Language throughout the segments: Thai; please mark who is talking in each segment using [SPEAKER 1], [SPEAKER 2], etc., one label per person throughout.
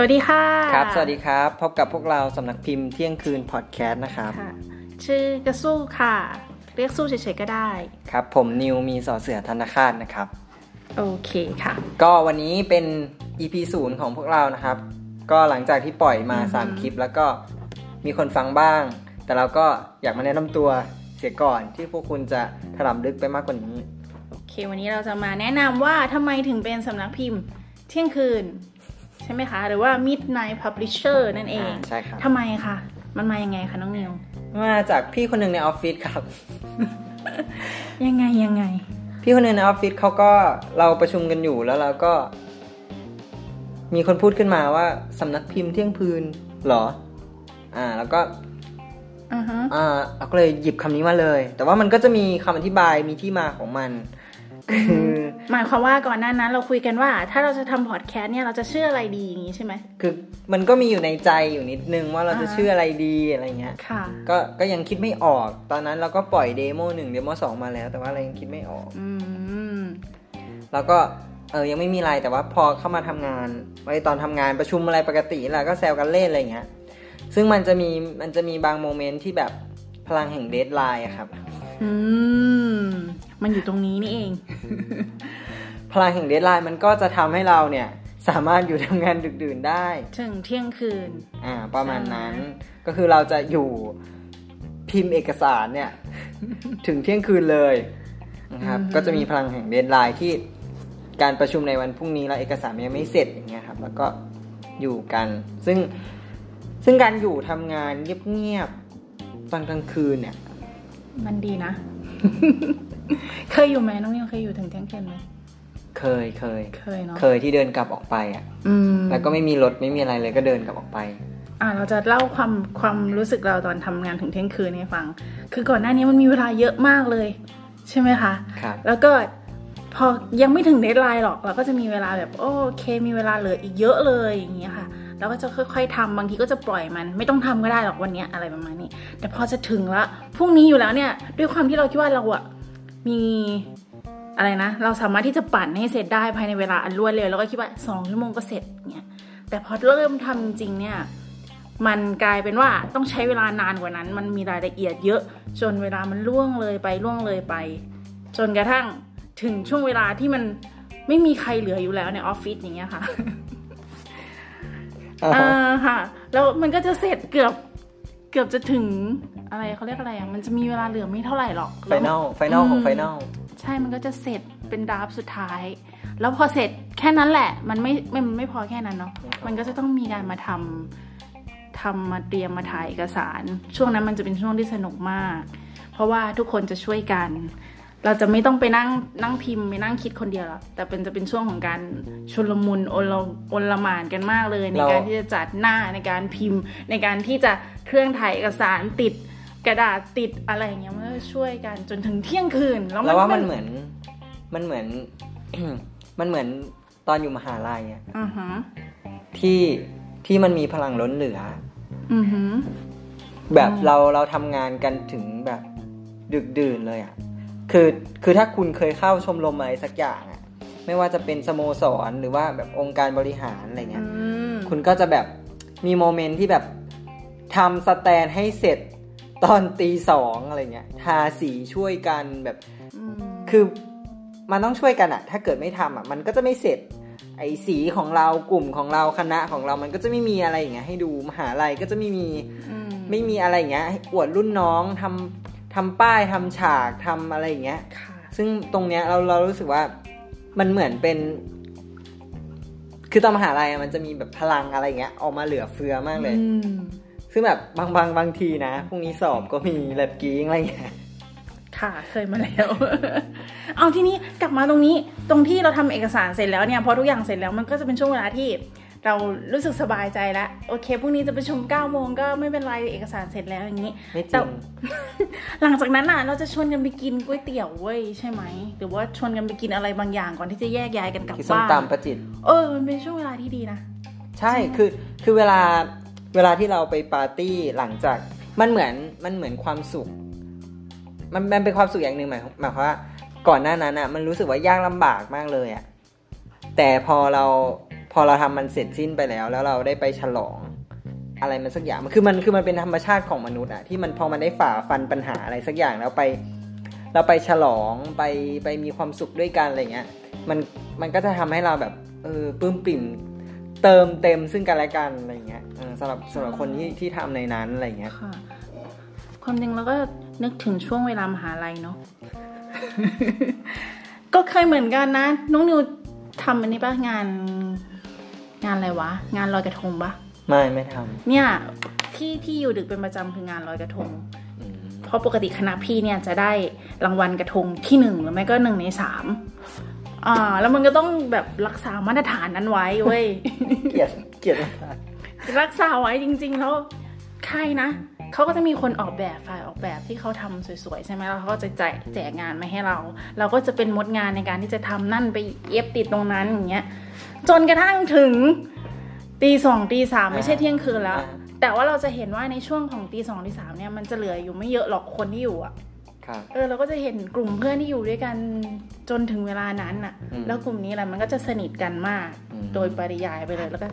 [SPEAKER 1] วัสดีค่ะ
[SPEAKER 2] ครับ สวัสดีครับ พบกับพวกเราสำนักพิมพ์เที่ยงคืนพอดแคสต์นะครับ
[SPEAKER 1] ค่ะ ชื่อกระสู้ค่ะ เรียกสู้เฉยๆก็ได้
[SPEAKER 2] ครับ ผมนิวมีสอเสือธนาคารนะครับ
[SPEAKER 1] โอเคค่ะ
[SPEAKER 2] ก็วันนี้เป็น EP ศูนย์ของพวกเรานะครับ ก็หลังจากที่ปล่อยมา
[SPEAKER 1] อือฮึ
[SPEAKER 2] 3 คลิปแล้วก็มีคนฟังบ้าง แต่เราก็อยากมาแนะนำตัวเสียก่อนที่พวกคุณจะถลำลึกไปมากกว่านี้
[SPEAKER 1] โอเค วันนี้เราจะมาแนะนำว่าทำไมถึงเป็นสำนักพิมพ์เที่ยงคืน ใช่ไหมคะ หรือว่า Midnight Publisher นั่นเอง
[SPEAKER 2] อ่าใช่ครับ
[SPEAKER 1] ทำไมคะมันมายังไงคะน้องนิว
[SPEAKER 2] มาจากพี่คนหนึ่งในออฟฟิศครับ
[SPEAKER 1] ยังไงยังไง
[SPEAKER 2] พี่คนหนึ่งในออฟฟิศเขาก็เราประชุมกันอยู่แล้วเราก็ มีคนพูดขึ้นมาว่าสำนักพิมพ์เที่ยงพืนเหรอ อ่า แล้วก็
[SPEAKER 1] อือฮะ
[SPEAKER 2] อ่าเราก็เลยหยิบคำนี้มาเลย แต่ว่ามันก็จะมีคำอธิบายมีที่มาของมันคือ
[SPEAKER 1] หมายความว่าก่อนหน้านั้นเราคุยกันว่า ถ้าเราจะทำพอดแคสต์เนี่ยเราจะเชื่ออะไรดีอย่างนี้ใช่ไหม
[SPEAKER 2] คือมันก็มีอยู่ในใจอยู่นิดนึงว่าเราจะ
[SPEAKER 1] อ่า
[SPEAKER 2] ชื่ออะไรดีอะไรเงี้ย
[SPEAKER 1] ค่ะ
[SPEAKER 2] ก็ก็ยังคิดไม่ออก ตอนนั้นเราก็ปล่อยเดโมหนึ่งเดโมสองมาแล้ว แต่ว่าเรายังคิดไม่ออก
[SPEAKER 1] อืม
[SPEAKER 2] แล้วก็เออยังไม่มีอะไรแต่ว่าพอเข้ามาทำงานไว้ตอนทำงานประชุมอะไรปกติแหละก็แซวกันเล่นอะไรเงี้ยซึ่งมันจะมีมันจะมีบางโมเมนต์ที่แบบพลังแห่งเดทไลน์ครับ
[SPEAKER 1] อืม มันอยู่ตรงนี้นี่เอง
[SPEAKER 2] พลังแห่งเดทไลน์มันก็จะทำให้เราเนี่ยสามารถอยู่ทำงานดึกดื่นได้
[SPEAKER 1] ถึงเที่ยงคืน
[SPEAKER 2] อ่าประมาณนั้น
[SPEAKER 1] ใช่
[SPEAKER 2] ก็คือเราจะอยู่พิมพ์เอกสารเนี่ย ถึงเที่ยงคืนเลยนะครับก็จะมีพลังแห่งเดนไลน์ที่การประชุมในวันพรุ่งนี้แล้วเอกสารมันยังไม่เสร็จอย่างเงี้ยครับ แล้วก็อยู่กัน ซึ่งซึ่งการอยู่ทำงานเงียบๆตอนกลางคืนเนี่ย
[SPEAKER 1] มันดี นะ เคยอยู่ไหมน้องนิวเคยอยู่ถึงเที่ยงคืนไหม
[SPEAKER 2] เคยเคย
[SPEAKER 1] เคยเนาะ
[SPEAKER 2] เคยที่เดินกลับออกไปอ่ะ
[SPEAKER 1] อืม
[SPEAKER 2] แล้วก็ไม่มีรถไม่มีอะไรเลยก็เดินกลับออกไป
[SPEAKER 1] อ่าเราจะเล่าความความรู้สึกเราตอนทำงานถึงเที่ยงคืนให้ฟัง คือก่อนหน้านี้มันมีเวลาเยอะมากเลย ใช่ไหมคะ
[SPEAKER 2] ครับ
[SPEAKER 1] แล้วก็พอยังไม่ถึงเดทไลน์หรอก เราก็จะมีเวลาแบบโอเค มีเวลาเหลืออีกเยอะเลยอย่างเงี้ยค่ะเราก็จะค่อย ๆทำบางทีก็จะปล่อยมัน ไม่ต้องทำก็ได้หรอกวันเนี้ยอะไรประมาณนี้ แต่พอจะถึงละพรุ่งนี้อยู่แล้วเนี่ย ด้วยความที่เราคิดว่าเราอะมีอะไรนะ เราสามารถที่จะปั่นให้เสร็จได้ภายในเวลาอันรวดเร็วแล้วก็คิดว่าสองชั่วโมงก็เสร็จเงี้ยแต่พอเริ่มทำจริงเนี่ย มันกลายเป็นว่าต้องใช้เวลานานกว่านั้น มันมีรายละเอียดเยอะ จนเวลามันล่วงเลยไปล่วงเลยไป จนกระทั่งถึงช่วงเวลาที่มันไม่มีใครเหลืออยู่แล้วในออฟฟิศอย่างเงี้ยค่ะอ่าค่ะ แล้วมันก็จะเสร็จเกือบเกือบจะถึงอะไรเขาเรียกอะไรอ่ะ มันจะมีเวลาเหลือไม่เท่าไหร่หรอก
[SPEAKER 2] ไฟนอลไฟนอลของไฟนอล
[SPEAKER 1] ใช่ มันก็จะเสร็จเป็นดราฟต์สุดท้าย แล้วพอเสร็จแค่นั้นแหละ มันไม่ไม่มันไม่พอแค่นั้นเนาะ มันก็จะต้องมีการมาทำทำมาเตรียมมาถ่ายเอกสาร ช่วงนั้นมันจะเป็นช่วงที่สนุกมาก เพราะว่าทุกคนจะช่วยกัน เราจะไม่ต้องไปนั่งนั่งพิมพ์ไปนั่งคิดคนเดียวหรอกแต่เป็นจะเป็นช่วงของการชุลมุนโอลโอลหมานกันมากเลย ใน
[SPEAKER 2] เรา
[SPEAKER 1] การที่จะจัดหน้าในการพิมพ์ ในการที่จะเครื่องถ่ายเอกสารติดกระดาษติดอะไรอย่างเงี้ยมันก็ช่วยกันจนถึงเที่ยงคืนแล้วมั
[SPEAKER 2] เรา
[SPEAKER 1] น
[SPEAKER 2] ว่ามันเหมือน มันเหมือน มันเหมือนตอนอยู่มหาลัยอะ
[SPEAKER 1] อือฮะ
[SPEAKER 2] ที่ที่มันมีพลังล้นเหลือ
[SPEAKER 1] อือฮะ
[SPEAKER 2] แบบ
[SPEAKER 1] อืม
[SPEAKER 2] เราเราทำงานกันถึงแบบดึกดื่นเลยอะคือคือถ้าคุณเคยเข้าชมรมอะไรสักอย่างอะไม่ว่าจะเป็นสโมสรหรือว่าแบบองค์การบริหารอะไรเงี้
[SPEAKER 1] อื
[SPEAKER 2] ย
[SPEAKER 1] ม
[SPEAKER 2] คุณก็จะแบบมีโมเมนต์ที่แบบทำสแตนให้เสร็จตอนตีสองอะไรเงี้ยทาสีช่วยกันแบบ
[SPEAKER 1] อืม
[SPEAKER 2] คือมันต้องช่วยกันอะถ้าเกิดไม่ทำอะมันก็จะไม่เสร็จ ไอ้สีของเรากลุ่มของเราคณะของเรามันก็จะไม่มีอะไรอย่างเงี้ยให้ดูมหาลัยก็จะไม่มี
[SPEAKER 1] อืม
[SPEAKER 2] ไม่มีอะไรอย่างเงี้ยให้อวดรุ่นน้องทำทำป้ายทำฉากทำอะไรอย่างเงี้ย
[SPEAKER 1] ค่ะ
[SPEAKER 2] ซึ่งตรงเนี้ยเราเรารู้สึกว่ามันเหมือนเป็น คือตอนมหาลัยอะมันจะมีแบบพลังอะไรอย่างเงี้ยออกมาเหลือเฟือมากเลย
[SPEAKER 1] อืม
[SPEAKER 2] ซึ่งแบบบางบางบางทีนะพรุ่งนี้สอบก็มีแลบกิ้งอะไรอย่างเงี้ย
[SPEAKER 1] ค่ะเคยมาแล้ว เอาทีนี้กลับมาตรงนี้ตรงที่เราทำเอกสารเสร็จแล้วเนี่ยพอทุกอย่างเสร็จแล้วมันก็จะเป็นช่วงเวลาที่ เรารู้สึกสบายใจแล้วโอเคพรุ่งนี้จะประชุม9ก้าโมงก็ไม่เป็นไรเอกสารเสร็จแล้วอย่างนี้
[SPEAKER 2] ไม่จ
[SPEAKER 1] แต่
[SPEAKER 2] ริง
[SPEAKER 1] หลังจากนั้นน่ะเราจะชวนกันไปกินก๋วยเตี๋ยวเว้ยใช่ไหมหรือว่าชวนกันไปกินอะไรบางอย่างก่อนที่จะแยกย้ายกันกลับ
[SPEAKER 2] ที่ส้ม
[SPEAKER 1] บ้าน
[SPEAKER 2] ตำประจิตร
[SPEAKER 1] เออมันเป็นช่วงเวลาที่ดีนะ
[SPEAKER 2] ใช่ คือ คือเวลา เวลาที่เราไปปาร์ตี้หลังจาก มันเหมือน มันเหมือนความสุข มันมันเป็นความสุขอย่างหนึ่งหมายหมายความว่า ก่อนหน้านั้นอ่ะ มันรู้สึกว่ายากลำบากมากเลยอ่ะ แต่พอเรา พอเราทำมันเสร็จสิ้นไปแล้ว แล้วเราได้ไปฉลอง อะไรมันสักอย่างมันคือมันคือมันเป็นธรรมชาติของมนุษย์อะที่มันพอมันได้ฝ่าฟันปัญหาอะไรสักอย่างแล้วไป เราไปฉลองไปไปมีความสุขด้วยกันอะไรเงี้ยมันมันก็จะทำให้เราแบบเออปลื้มปิ่มเติมเต็มซึ่งกันและกันอะไรเงี้ยเออสำหรับสำหรับคนที่ที่ทำในนั้นอะไรเงี้ย
[SPEAKER 1] ค่ะความจริงเราก็นึกถึงช่วงเวลามหาลัยเนาะ ก็เคยเหมือนกันนะ น้องนิวทำอันนี้ปะงาน งานอะไรวะ งานลอยกระทงปะ
[SPEAKER 2] ไม่ไม่ท
[SPEAKER 1] เนี่ย ที่ที่อยู่ดึกเป็นประจำคืองานลอยกระทง
[SPEAKER 2] ำอืม
[SPEAKER 1] เพราะปกติคณะพี่เนี่ยจะได้รางวัลกระทงที่หนึ่งหรือไม่ก็หนึ่งในสามอ่า แล้วมันก็ต้องแบบรักษามาตรฐานนั้นไว้เว้ย
[SPEAKER 2] เกลียดเกลียด
[SPEAKER 1] รักษาไว้จริง ๆ แล้วใครนะ เขาก็จะมีคนออกแบบฝ่ายออกแบบที่เขาทำสวยๆ ใช่ไหมแล้วเขาก็จะแจกแจกงานมาให้เรา เราก็จะเป็นมดงานในการที่จะทำนั่นไปเย็บติดตรงนั้นอย่างเงี้ย จนกระทั่งถึงตีสองตีสามไม่ใช่เที่ยงคืนแล้ว
[SPEAKER 2] อ่า
[SPEAKER 1] แต่ว่าเราจะเห็นว่าในช่วงของตีสองตีสามเนี่ยมันจะเหลืออยู่ไม่เยอะหรอกคนที่อยู่อะ
[SPEAKER 2] ครับ
[SPEAKER 1] เออเราก็จะเห็นกลุ่มเพื่อนที่อยู่ด้วยกันจนถึงเวลานั้นน่ะ
[SPEAKER 2] อืม
[SPEAKER 1] แล้วกลุ่มนี้แหละมันก็จะสนิทกันมาก
[SPEAKER 2] อืม
[SPEAKER 1] โดยปริยายไปเลยแล้วก็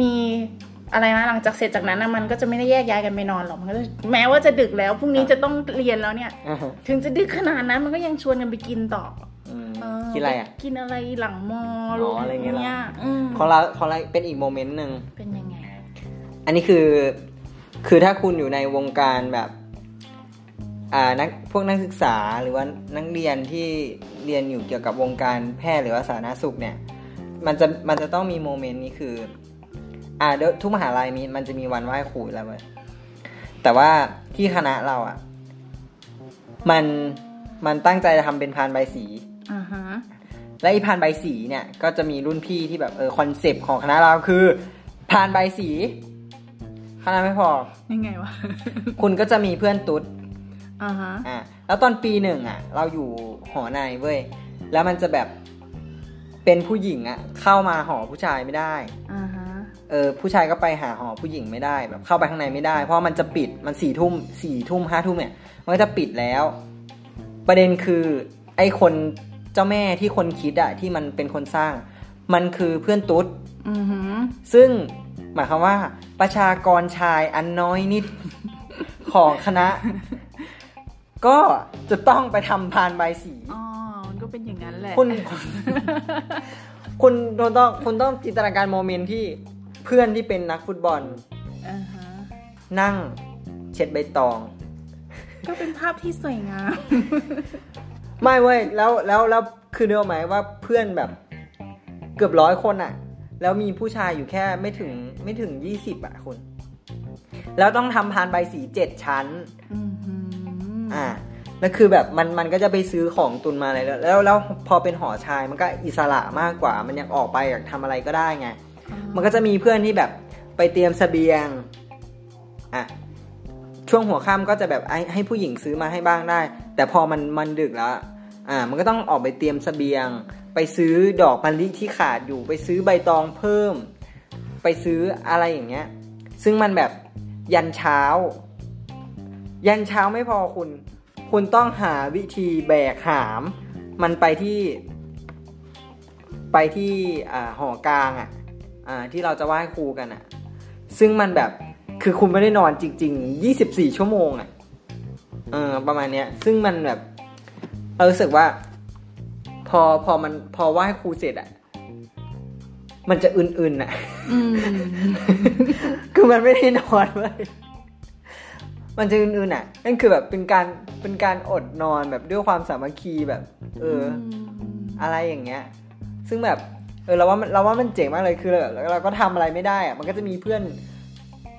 [SPEAKER 1] มีอะไรนะหลังจากเสร็จจากนั้นน่ะมันก็จะไม่ได้แยกย้ายกันไปนอนหรอกมันก็จะแม้ว่าจะดึกแล้วพรุ่งนี้จะต้องเรียนแล้วเนี่ย
[SPEAKER 2] อ่าฮะ
[SPEAKER 1] ถึงจะดึกขนาดนั้นมันก็ยังชวนกันไปกินต่อ
[SPEAKER 2] อืม
[SPEAKER 1] เ
[SPEAKER 2] คิดอะไรอ่ะ
[SPEAKER 1] กินอะไรหลังมอ
[SPEAKER 2] อ๋ออะไรเงี้ยเหรอ
[SPEAKER 1] อืม
[SPEAKER 2] ของเราของเราเป็นอีกโมเมนต์หนึ่ง
[SPEAKER 1] เป็นยังไง
[SPEAKER 2] อันนี้คือ คือถ้าคุณอยู่ในวงการแบบ อ่า นัก พวกนักศึกษาหรือว่านักเรียนที่เรียนอยู่เกี่ยวกับวงการแพทย์หรือว่าสาธารณสุขเนี่ย มันจะ มันจะต้องมีโมเมนต์นี้คือ อ่าเดี๋ยวทุกมหาลัยมี มันจะมีวันไหว้ครูอยู่แล้วเว้ย แต่ว่าที่คณะเราอ่ะ มัน มันตั้งใจจะทำเป็นพานใบายสี
[SPEAKER 1] อ่าฮะ
[SPEAKER 2] และไอีพานใบายสีเนี่ย ก็จะมีรุ่นพี่ที่แบบเออคอนเซปต์ของคณะเราคือพานใบายสีคณะไม่พอ
[SPEAKER 1] ยังไงวะ
[SPEAKER 2] คุณก็จะมีเพื่อนตุ๊ด
[SPEAKER 1] อ่าฮะ
[SPEAKER 2] อ่ะแล้วตอนปีหนึ่งอ่ะ เราอยู่หอในเว้ยแล้วมันจะแบบเป็นผู้หญิงอ่ะ เข้ามาหอผู้ชายไม่ได้
[SPEAKER 1] อ่าฮะ
[SPEAKER 2] เออผู้ชายก็ไปหาหอผู้หญิงไม่ได้แบบเข้าไปข้างในไม่ได้ เพราะมันจะปิดมันสี่ทุ่มสี่ทุ่มห้าทุ่มเนี่ยมันก็จะปิดแล้ว ประเด็นคือไอ้คนเจ้าแม่ที่คนคิดอะที่มันเป็นคนสร้าง มันคือเพื่อนตุ๊ด
[SPEAKER 1] อือฮึ
[SPEAKER 2] ซึ่งหมายความว่าประชากรชายอันน้อยนิด ของคณะ ก็จะต้องไปทำพานใบายสี
[SPEAKER 1] อ๋อมันก็เป็นอย่างนั้นแหละ
[SPEAKER 2] คุณ คุณคุณต้องคุณต้องจินตนาการโมเมนต์ที่เพื่อนที่เป็นนักฟุตบอล
[SPEAKER 1] อ่าฮะ
[SPEAKER 2] นั่งเช็ดใบตอง
[SPEAKER 1] ก็เป็นภาพที่สวยงาม
[SPEAKER 2] ไม่เว้ยแล้วแล้วแล้วคือเนื้อหมายว่าเพื่อนแบบเกือบร้อยคนอะแล้วมีผู้ชายอยู่แค่ไม่ถึงไม่ถึงยี่สิบอะคุณ แล้วต้องทำพานใบายสีเจ็ดชั้น อ่าแล้วคือแบบมันมันก็จะไปซื้อของตุนมาอะไรแล้วแล้วแล้วพอเป็นหอชายมันก็อิสระมากกว่า มันยังออกไปอยากทำอะไรก็ได้ไง มันก็จะมีเพื่อนที่แบบไปเตรียมเสบียงอ่ะช่วงหัวค่ำก็จะแบบให้ให้ผู้หญิงซื้อมาให้บ้างได้ แต่พอมันมันดึกแล้ว อ่า มันก็ต้องออกไปเตรียมเสบียง ไปซื้อดอกมะลิที่ขาดอยู่ ไปซื้อใบตองเพิ่ม ไปซื้ออะไรอย่างเงี้ย ซึ่งมันแบบยันเช้า ยันเช้าไม่พอคุณ คุณต้องหาวิธีแบกหาม มันไปที่ ไปที่อ่าหอกลางอ่ะ อ่าที่เราจะไหว้ครูกันอะ่ะ ซึ่งมันแบบคือคุณไม่ได้นอนจริง ๆ 24 ชั่วโมงอะ่ะเออประมาณเนี้ย ซึ่งมันแบบเรารู้สึกว่า พอพอมันพอไหว้ครูเสร็จอะ่ะ มันจะอื่นๆอ่ะ
[SPEAKER 1] อืม
[SPEAKER 2] คือมันไม่ได้นอนเว้ยมันจะอื่นๆอ่ะ นั่นคือแบบเป็นการเป็นการอดนอนแบบด้วยความสามัคคีแบบ เออ อะไรอย่างเงี้ย ซึ่งแบบ เออเราว่ามันเราว่ามันเจ๋งมากเลยคือเราแบบเราก็ทำอะไรไม่ได้อะมันก็จะมีเพื่อน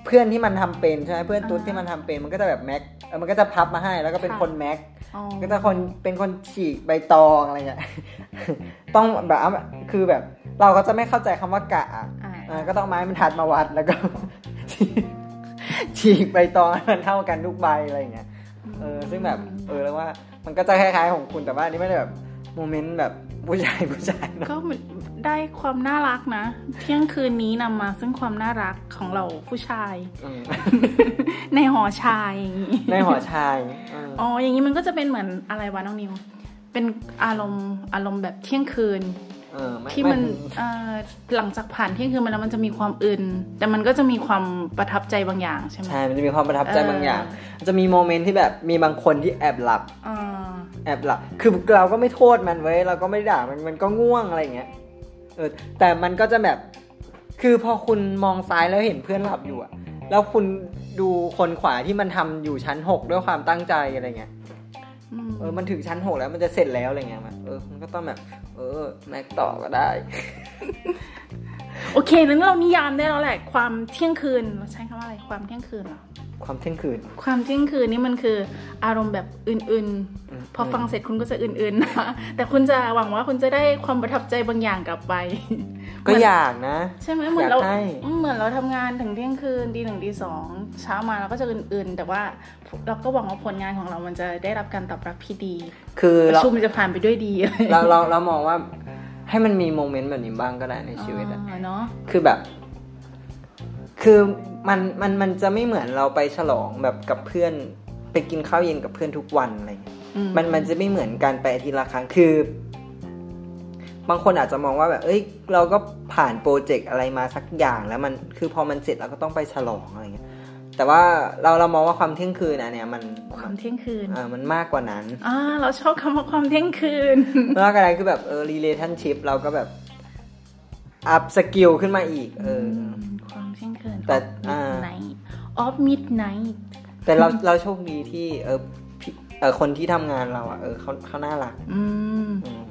[SPEAKER 2] เพื่อนที่มันทำเป็นใช่ไหมเพื่อนตุ๊ด
[SPEAKER 1] อ่า
[SPEAKER 2] ที่มันทำเป็น มันก็จะแบบแม็กเออมันก็จะพับมาให้ แล้วก็เป็น
[SPEAKER 1] ค่ะ
[SPEAKER 2] คนแม็ก
[SPEAKER 1] อ๋อ
[SPEAKER 2] ก็จะคนเป็นคนฉีกใบตองอะไรเงี้ย ต้องแบบเอาคือแบบ เราก็จะไม่เข้าใจคำว่ากะอะ
[SPEAKER 1] อ่า
[SPEAKER 2] เออก็ต้องเอาไม้มันทัดมาวัดแล้วก็ ฉีกใบตองให้มันเท่ากันทุกใบอะไรอย่างเงี้ย เออซึ่งแบบเออแล้วว่า มันก็จะคล้ายๆของคุณแต่ว่าอันนี่ไม่ได้แบบโมเมนต์แบบผู้ชาย ผู้ชายเนอะ
[SPEAKER 1] ก็เหมือนได้ความน่ารักนะ เที่ยงคืนนี้นำมาซึ่งความน่ารักของเราผู้ช าย
[SPEAKER 2] อืม
[SPEAKER 1] ในหอชายอย่างนี้
[SPEAKER 2] ในหอชายเออ
[SPEAKER 1] อ๋อ อย่างนี้มันก็จะเป็นเหมือนอะไรวะน้องนิว เป็นอารมณ์อารมณ์แบบเที่ยงคืน
[SPEAKER 2] เออไ
[SPEAKER 1] ที่มันเอ่อหลังจากผ่านเที่ยงคืนมาแล้วมันจะมีความอื่น แต่มันก็จะมีความประทับใจบางอย่างใช่ไหม
[SPEAKER 2] ใช่มันจะมีความประทับใจ
[SPEAKER 1] เออ
[SPEAKER 2] บางอย่างมันจะมีโมเมนต์ที่แบบมีบางคนที่แอบหลับ
[SPEAKER 1] อ่า
[SPEAKER 2] แอบหลับ คือเราก็ไม่โทษมันไว้ยเราก็ไม่ได้ด่ามันมันก็ง่วงอะไรอย่างเงี้ย เออ แต่มันก็จะแบบ คือพอคุณมองซ้ายแล้วเห็นเพื่อนหลับอยู่อะแล้วคุณดูคนขวาที่มันทำอยู่ชั้นหกด้วยความตั้งใจอะไรเงี้ย
[SPEAKER 1] อืม
[SPEAKER 2] เออ มันถึงชั้นหกแล้วมันจะเสร็จแล้วอะไรเงี้ยมันเออ มันก็ต้องแบบ เออ แม็กต่อก็ได้
[SPEAKER 1] โอเคนั้นเรานิยามได้แล้วแหละ ความเที่ยงคืนเราใช้คำว่าอะไรความเที่ยงคืนเหรอ
[SPEAKER 2] ความเที่ยงคืน
[SPEAKER 1] ความเที่ยงคืนนี่มันคืออารมณ์แบบอื่น
[SPEAKER 2] อืม
[SPEAKER 1] ๆ พอฟังเสร็จคุณก็จะอื่นๆนะแต่คุณจะหวังว่าคุณจะได้ความประทับใจบางอย่างกลับไป
[SPEAKER 2] ก็อยากนะ
[SPEAKER 1] ใช่ไหมเหมือนเรา
[SPEAKER 2] อยากให้
[SPEAKER 1] อืมเหมือนเราทำงานถึงเที่ยงคืนดีหนึ่งดีสองเช้ามาเราก็จะอื่นๆ แต่ว่าเราก็หวังว่าผลงานของเรามันจะได้รับการตอบรับที่ดี
[SPEAKER 2] คือ
[SPEAKER 1] ประ
[SPEAKER 2] เรา
[SPEAKER 1] ชุมจะผ่านไปด้วยดีอะไร
[SPEAKER 2] เราเราเรามองว่าให้มันมีโมเมนต์แบบนี้บ้างก็ได้ใน ชีวิตอะ
[SPEAKER 1] อ่าเนาะ
[SPEAKER 2] คือแบบ คือมันมันมันจะไม่เหมือนเราไปฉลองแบบกับเพื่อน ไปกินข้าวเย็นกับเพื่อนทุกวันอะไรเงี้ย
[SPEAKER 1] อื
[SPEAKER 2] มันมันจะไม่เหมือนการไปอาทิตย์ละครั้งคือ บางคนอาจจะมองว่าแบบ เอ้ย เราก็ผ่านโปรเจกต์อะไรมาสักอย่างแล้วมันคือพอมันเสร็จเราก็ต้องไปฉลองอะไรเงี้ย แต่ว่าเราเรามองว่าความเที่ยงคืนอันเนี้ยมัน
[SPEAKER 1] ความเที่ยงคืน
[SPEAKER 2] เออมันมากกว่านั้น
[SPEAKER 1] อ่าเราชอบคำว่าความเที่ยงคืน
[SPEAKER 2] แล้วก็อะไรคือแบบเออ relationship เราก็แบบอัพสกิลขึ้นมาอีก เออ
[SPEAKER 1] ความเที่ยงคืน
[SPEAKER 2] แต่
[SPEAKER 1] อ
[SPEAKER 2] อ่า
[SPEAKER 1] อฟมิดไนท์ออฟมิดไนท์
[SPEAKER 2] แต่เราเราโชคดีที่เออพี่เออคนที่ทำงานเราอ่ะเออเขาเขาน่ารัก
[SPEAKER 1] อืม
[SPEAKER 2] อืม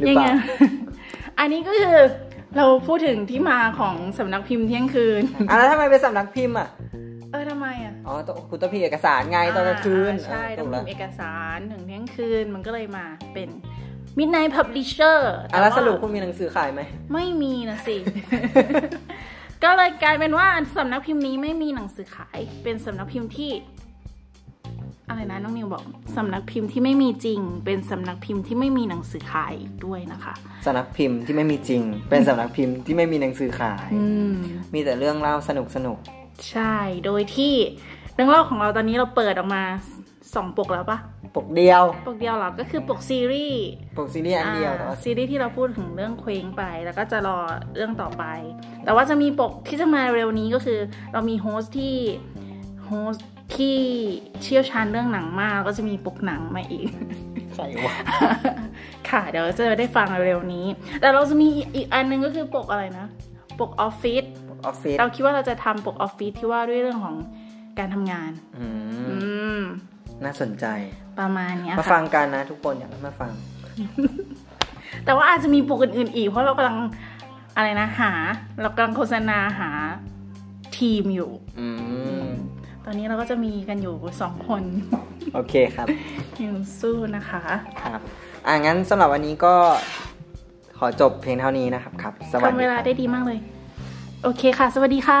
[SPEAKER 2] หรือเป
[SPEAKER 1] ยัง
[SPEAKER 2] ล่า
[SPEAKER 1] ไง อันนี้ก็คือเราพูดถึงที่มาของสำนักพิมพ์เที่ยงคืน
[SPEAKER 2] อ่ะแล้วทำไมเป็นสำนักพิมพ์อ่ะ
[SPEAKER 1] เออทำไมอ่ะ
[SPEAKER 2] อ๋อตัวคุณต้องพิมพ์เอกสารไงตอนกลางคืน
[SPEAKER 1] อ่าใช่
[SPEAKER 2] เออ
[SPEAKER 1] ต้
[SPEAKER 2] ถู
[SPEAKER 1] องพิ
[SPEAKER 2] กแล้ว
[SPEAKER 1] มพ์เอกสารถึงเที่ยงคืนมันก็เลยมาเป็น Midnight Publisher
[SPEAKER 2] อ่ะแล้ว
[SPEAKER 1] ต่า
[SPEAKER 2] สรุปคุณมีหนังสือขายไหม
[SPEAKER 1] ไม่มีนะ สิ ก็เลยกลายเป็นว่าสำนักพิมพ์นี้ไม่มีหนังสือขาย เป็นสำนักพิมพ์ที่ อะไรนะน้องนิวบอกสำนักพิมพ์ที่ไม่มีจริง เป็นสำนักพิมพ์ที่ไม่มีหนังสือขายอีกด้วยนะคะ
[SPEAKER 2] สำนักพิมพ์ที่ไม่มีจริง เป็นสำนักพิมพ์ที่ไม่มีหนังสือขาย
[SPEAKER 1] อืม
[SPEAKER 2] มีแต่เรื่องเล่าสนุกสนุก
[SPEAKER 1] ใช่ โดยที่เรื่องเล่าของเราตอนนี้เราเปิดออกมาสองปกแล้วปะ
[SPEAKER 2] ปกเดียว
[SPEAKER 1] ปกเดียวเหรอก็คือปกซีรีส์
[SPEAKER 2] ปกซีรีส์อันเดียวแต่
[SPEAKER 1] อ่า
[SPEAKER 2] ว่า
[SPEAKER 1] ซีรีส์ที่เราพูดถึงเรื่องเคว้งไป แล้วก็จะรอเรื่องต่อไป แต่ว่าจะมีปกที่จะมาเร็วนี้ก็คือ เรามีโฮสต์ที่โฮสต์ที่เชี่ยวชาญเรื่องหนังมากแล้วก็จะมีปกหนังมาอีก
[SPEAKER 2] ใส่วะ
[SPEAKER 1] ค่ะเดี๋ยวจะได้ฟังเร็วๆนี้ แต่เราจะมีอีกอันหนึงก็คือปกอะไรนะ ปกออฟฟิศ
[SPEAKER 2] ปกออฟฟิศ
[SPEAKER 1] เราคิดว่าเราจะทำปกออฟฟิศที่ว่าด้วยเรื่องของการทำงาน
[SPEAKER 2] อืม
[SPEAKER 1] อืม
[SPEAKER 2] น่าสนใจ
[SPEAKER 1] ประมาณเนี้ย
[SPEAKER 2] มา
[SPEAKER 1] ค่ะ
[SPEAKER 2] ฟังกันนะทุกคนอยากให้มาฟัง
[SPEAKER 1] แต่ว่าอาจจะมีปกอื่นๆอีก เพราะเรากำลังอะไรนะหา เรากำลังโฆษณาหาทีมอยู่
[SPEAKER 2] อืม
[SPEAKER 1] ตอนนี้เราก็จะมีกันอยู่สองคน
[SPEAKER 2] โอเคครับ
[SPEAKER 1] อยู่สู้นะคะ
[SPEAKER 2] ครับ อ่างั้นสำหรับวันนี้ก็ขอจบเพียงเท่านี้นะครับครับ สวัส
[SPEAKER 1] ทำ
[SPEAKER 2] ดี
[SPEAKER 1] เว
[SPEAKER 2] ค
[SPEAKER 1] ลา
[SPEAKER 2] รับ
[SPEAKER 1] ได้ดีมากเลย โอเคค่ะ สวัสดีค่ะ